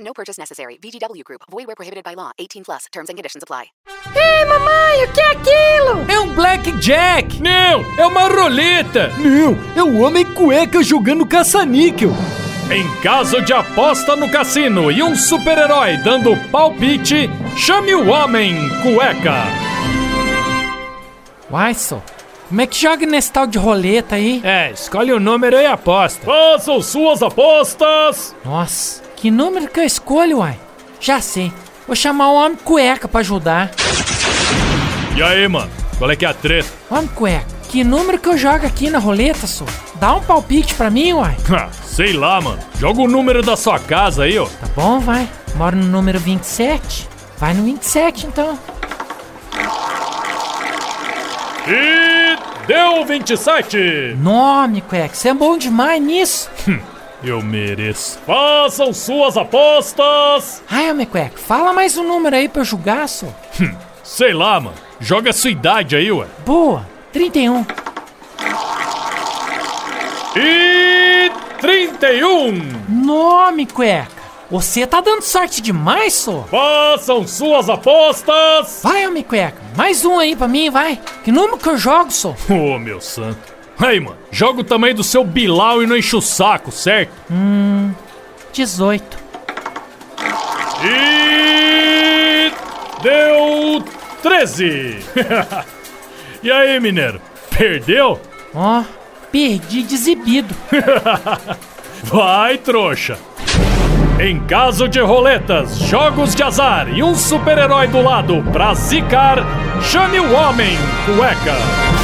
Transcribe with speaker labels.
Speaker 1: No purchase necessary. VGW Group. Void where prohibited by law. 18 plus. Terms and conditions apply.
Speaker 2: Ei, mamãe, o que é aquilo?
Speaker 3: É um blackjack!
Speaker 4: Não, é uma roleta!
Speaker 3: Não, é o homem cueca jogando caça-níquel!
Speaker 4: Em caso de aposta no cassino e um super-herói dando palpite, chame o homem cueca!
Speaker 3: Uai, só. Como é que joga nesse tal de roleta aí?
Speaker 4: É, escolhe o número e aposta. Façam suas apostas!
Speaker 3: Nossa, que número que eu escolho, uai? Já sei. Vou chamar o homem cueca pra ajudar.
Speaker 4: E aí, mano? Qual é que é a treta?
Speaker 3: Homem cueca, que número que eu jogo aqui na roleta, só? Dá um palpite pra mim, uai.
Speaker 4: Ha, Sei lá, mano. Joga o número da sua casa aí, ó.
Speaker 3: Tá bom, vai. Moro no número 27. Vai no 27, então.
Speaker 4: E deu 27!
Speaker 3: Nome, cueca, você é bom demais nisso.
Speaker 4: Eu mereço. Façam suas apostas!
Speaker 3: Ai, homem cueca, fala mais um número aí pra eu julgar, só.
Speaker 4: Sei lá, mano. Joga a sua idade aí, ué.
Speaker 3: Boa, 31.
Speaker 4: E 31!
Speaker 3: Nome, cueca. Você tá dando sorte demais, só.
Speaker 4: Façam suas apostas!
Speaker 3: Vai, homem cueca, mais um aí pra mim, vai. Que número que eu jogo, só?
Speaker 4: Ô, meu santo. Aí, mano. Joga o tamanho do seu bilau e não enche o saco, certo?
Speaker 3: 18.
Speaker 4: E deu 13. e aí, mineiro? Perdeu?
Speaker 3: Ó, perdi de exibido.
Speaker 4: Vai, trouxa. Em caso de roletas, jogos de azar e um super-herói do lado pra zicar, chame o homem cueca.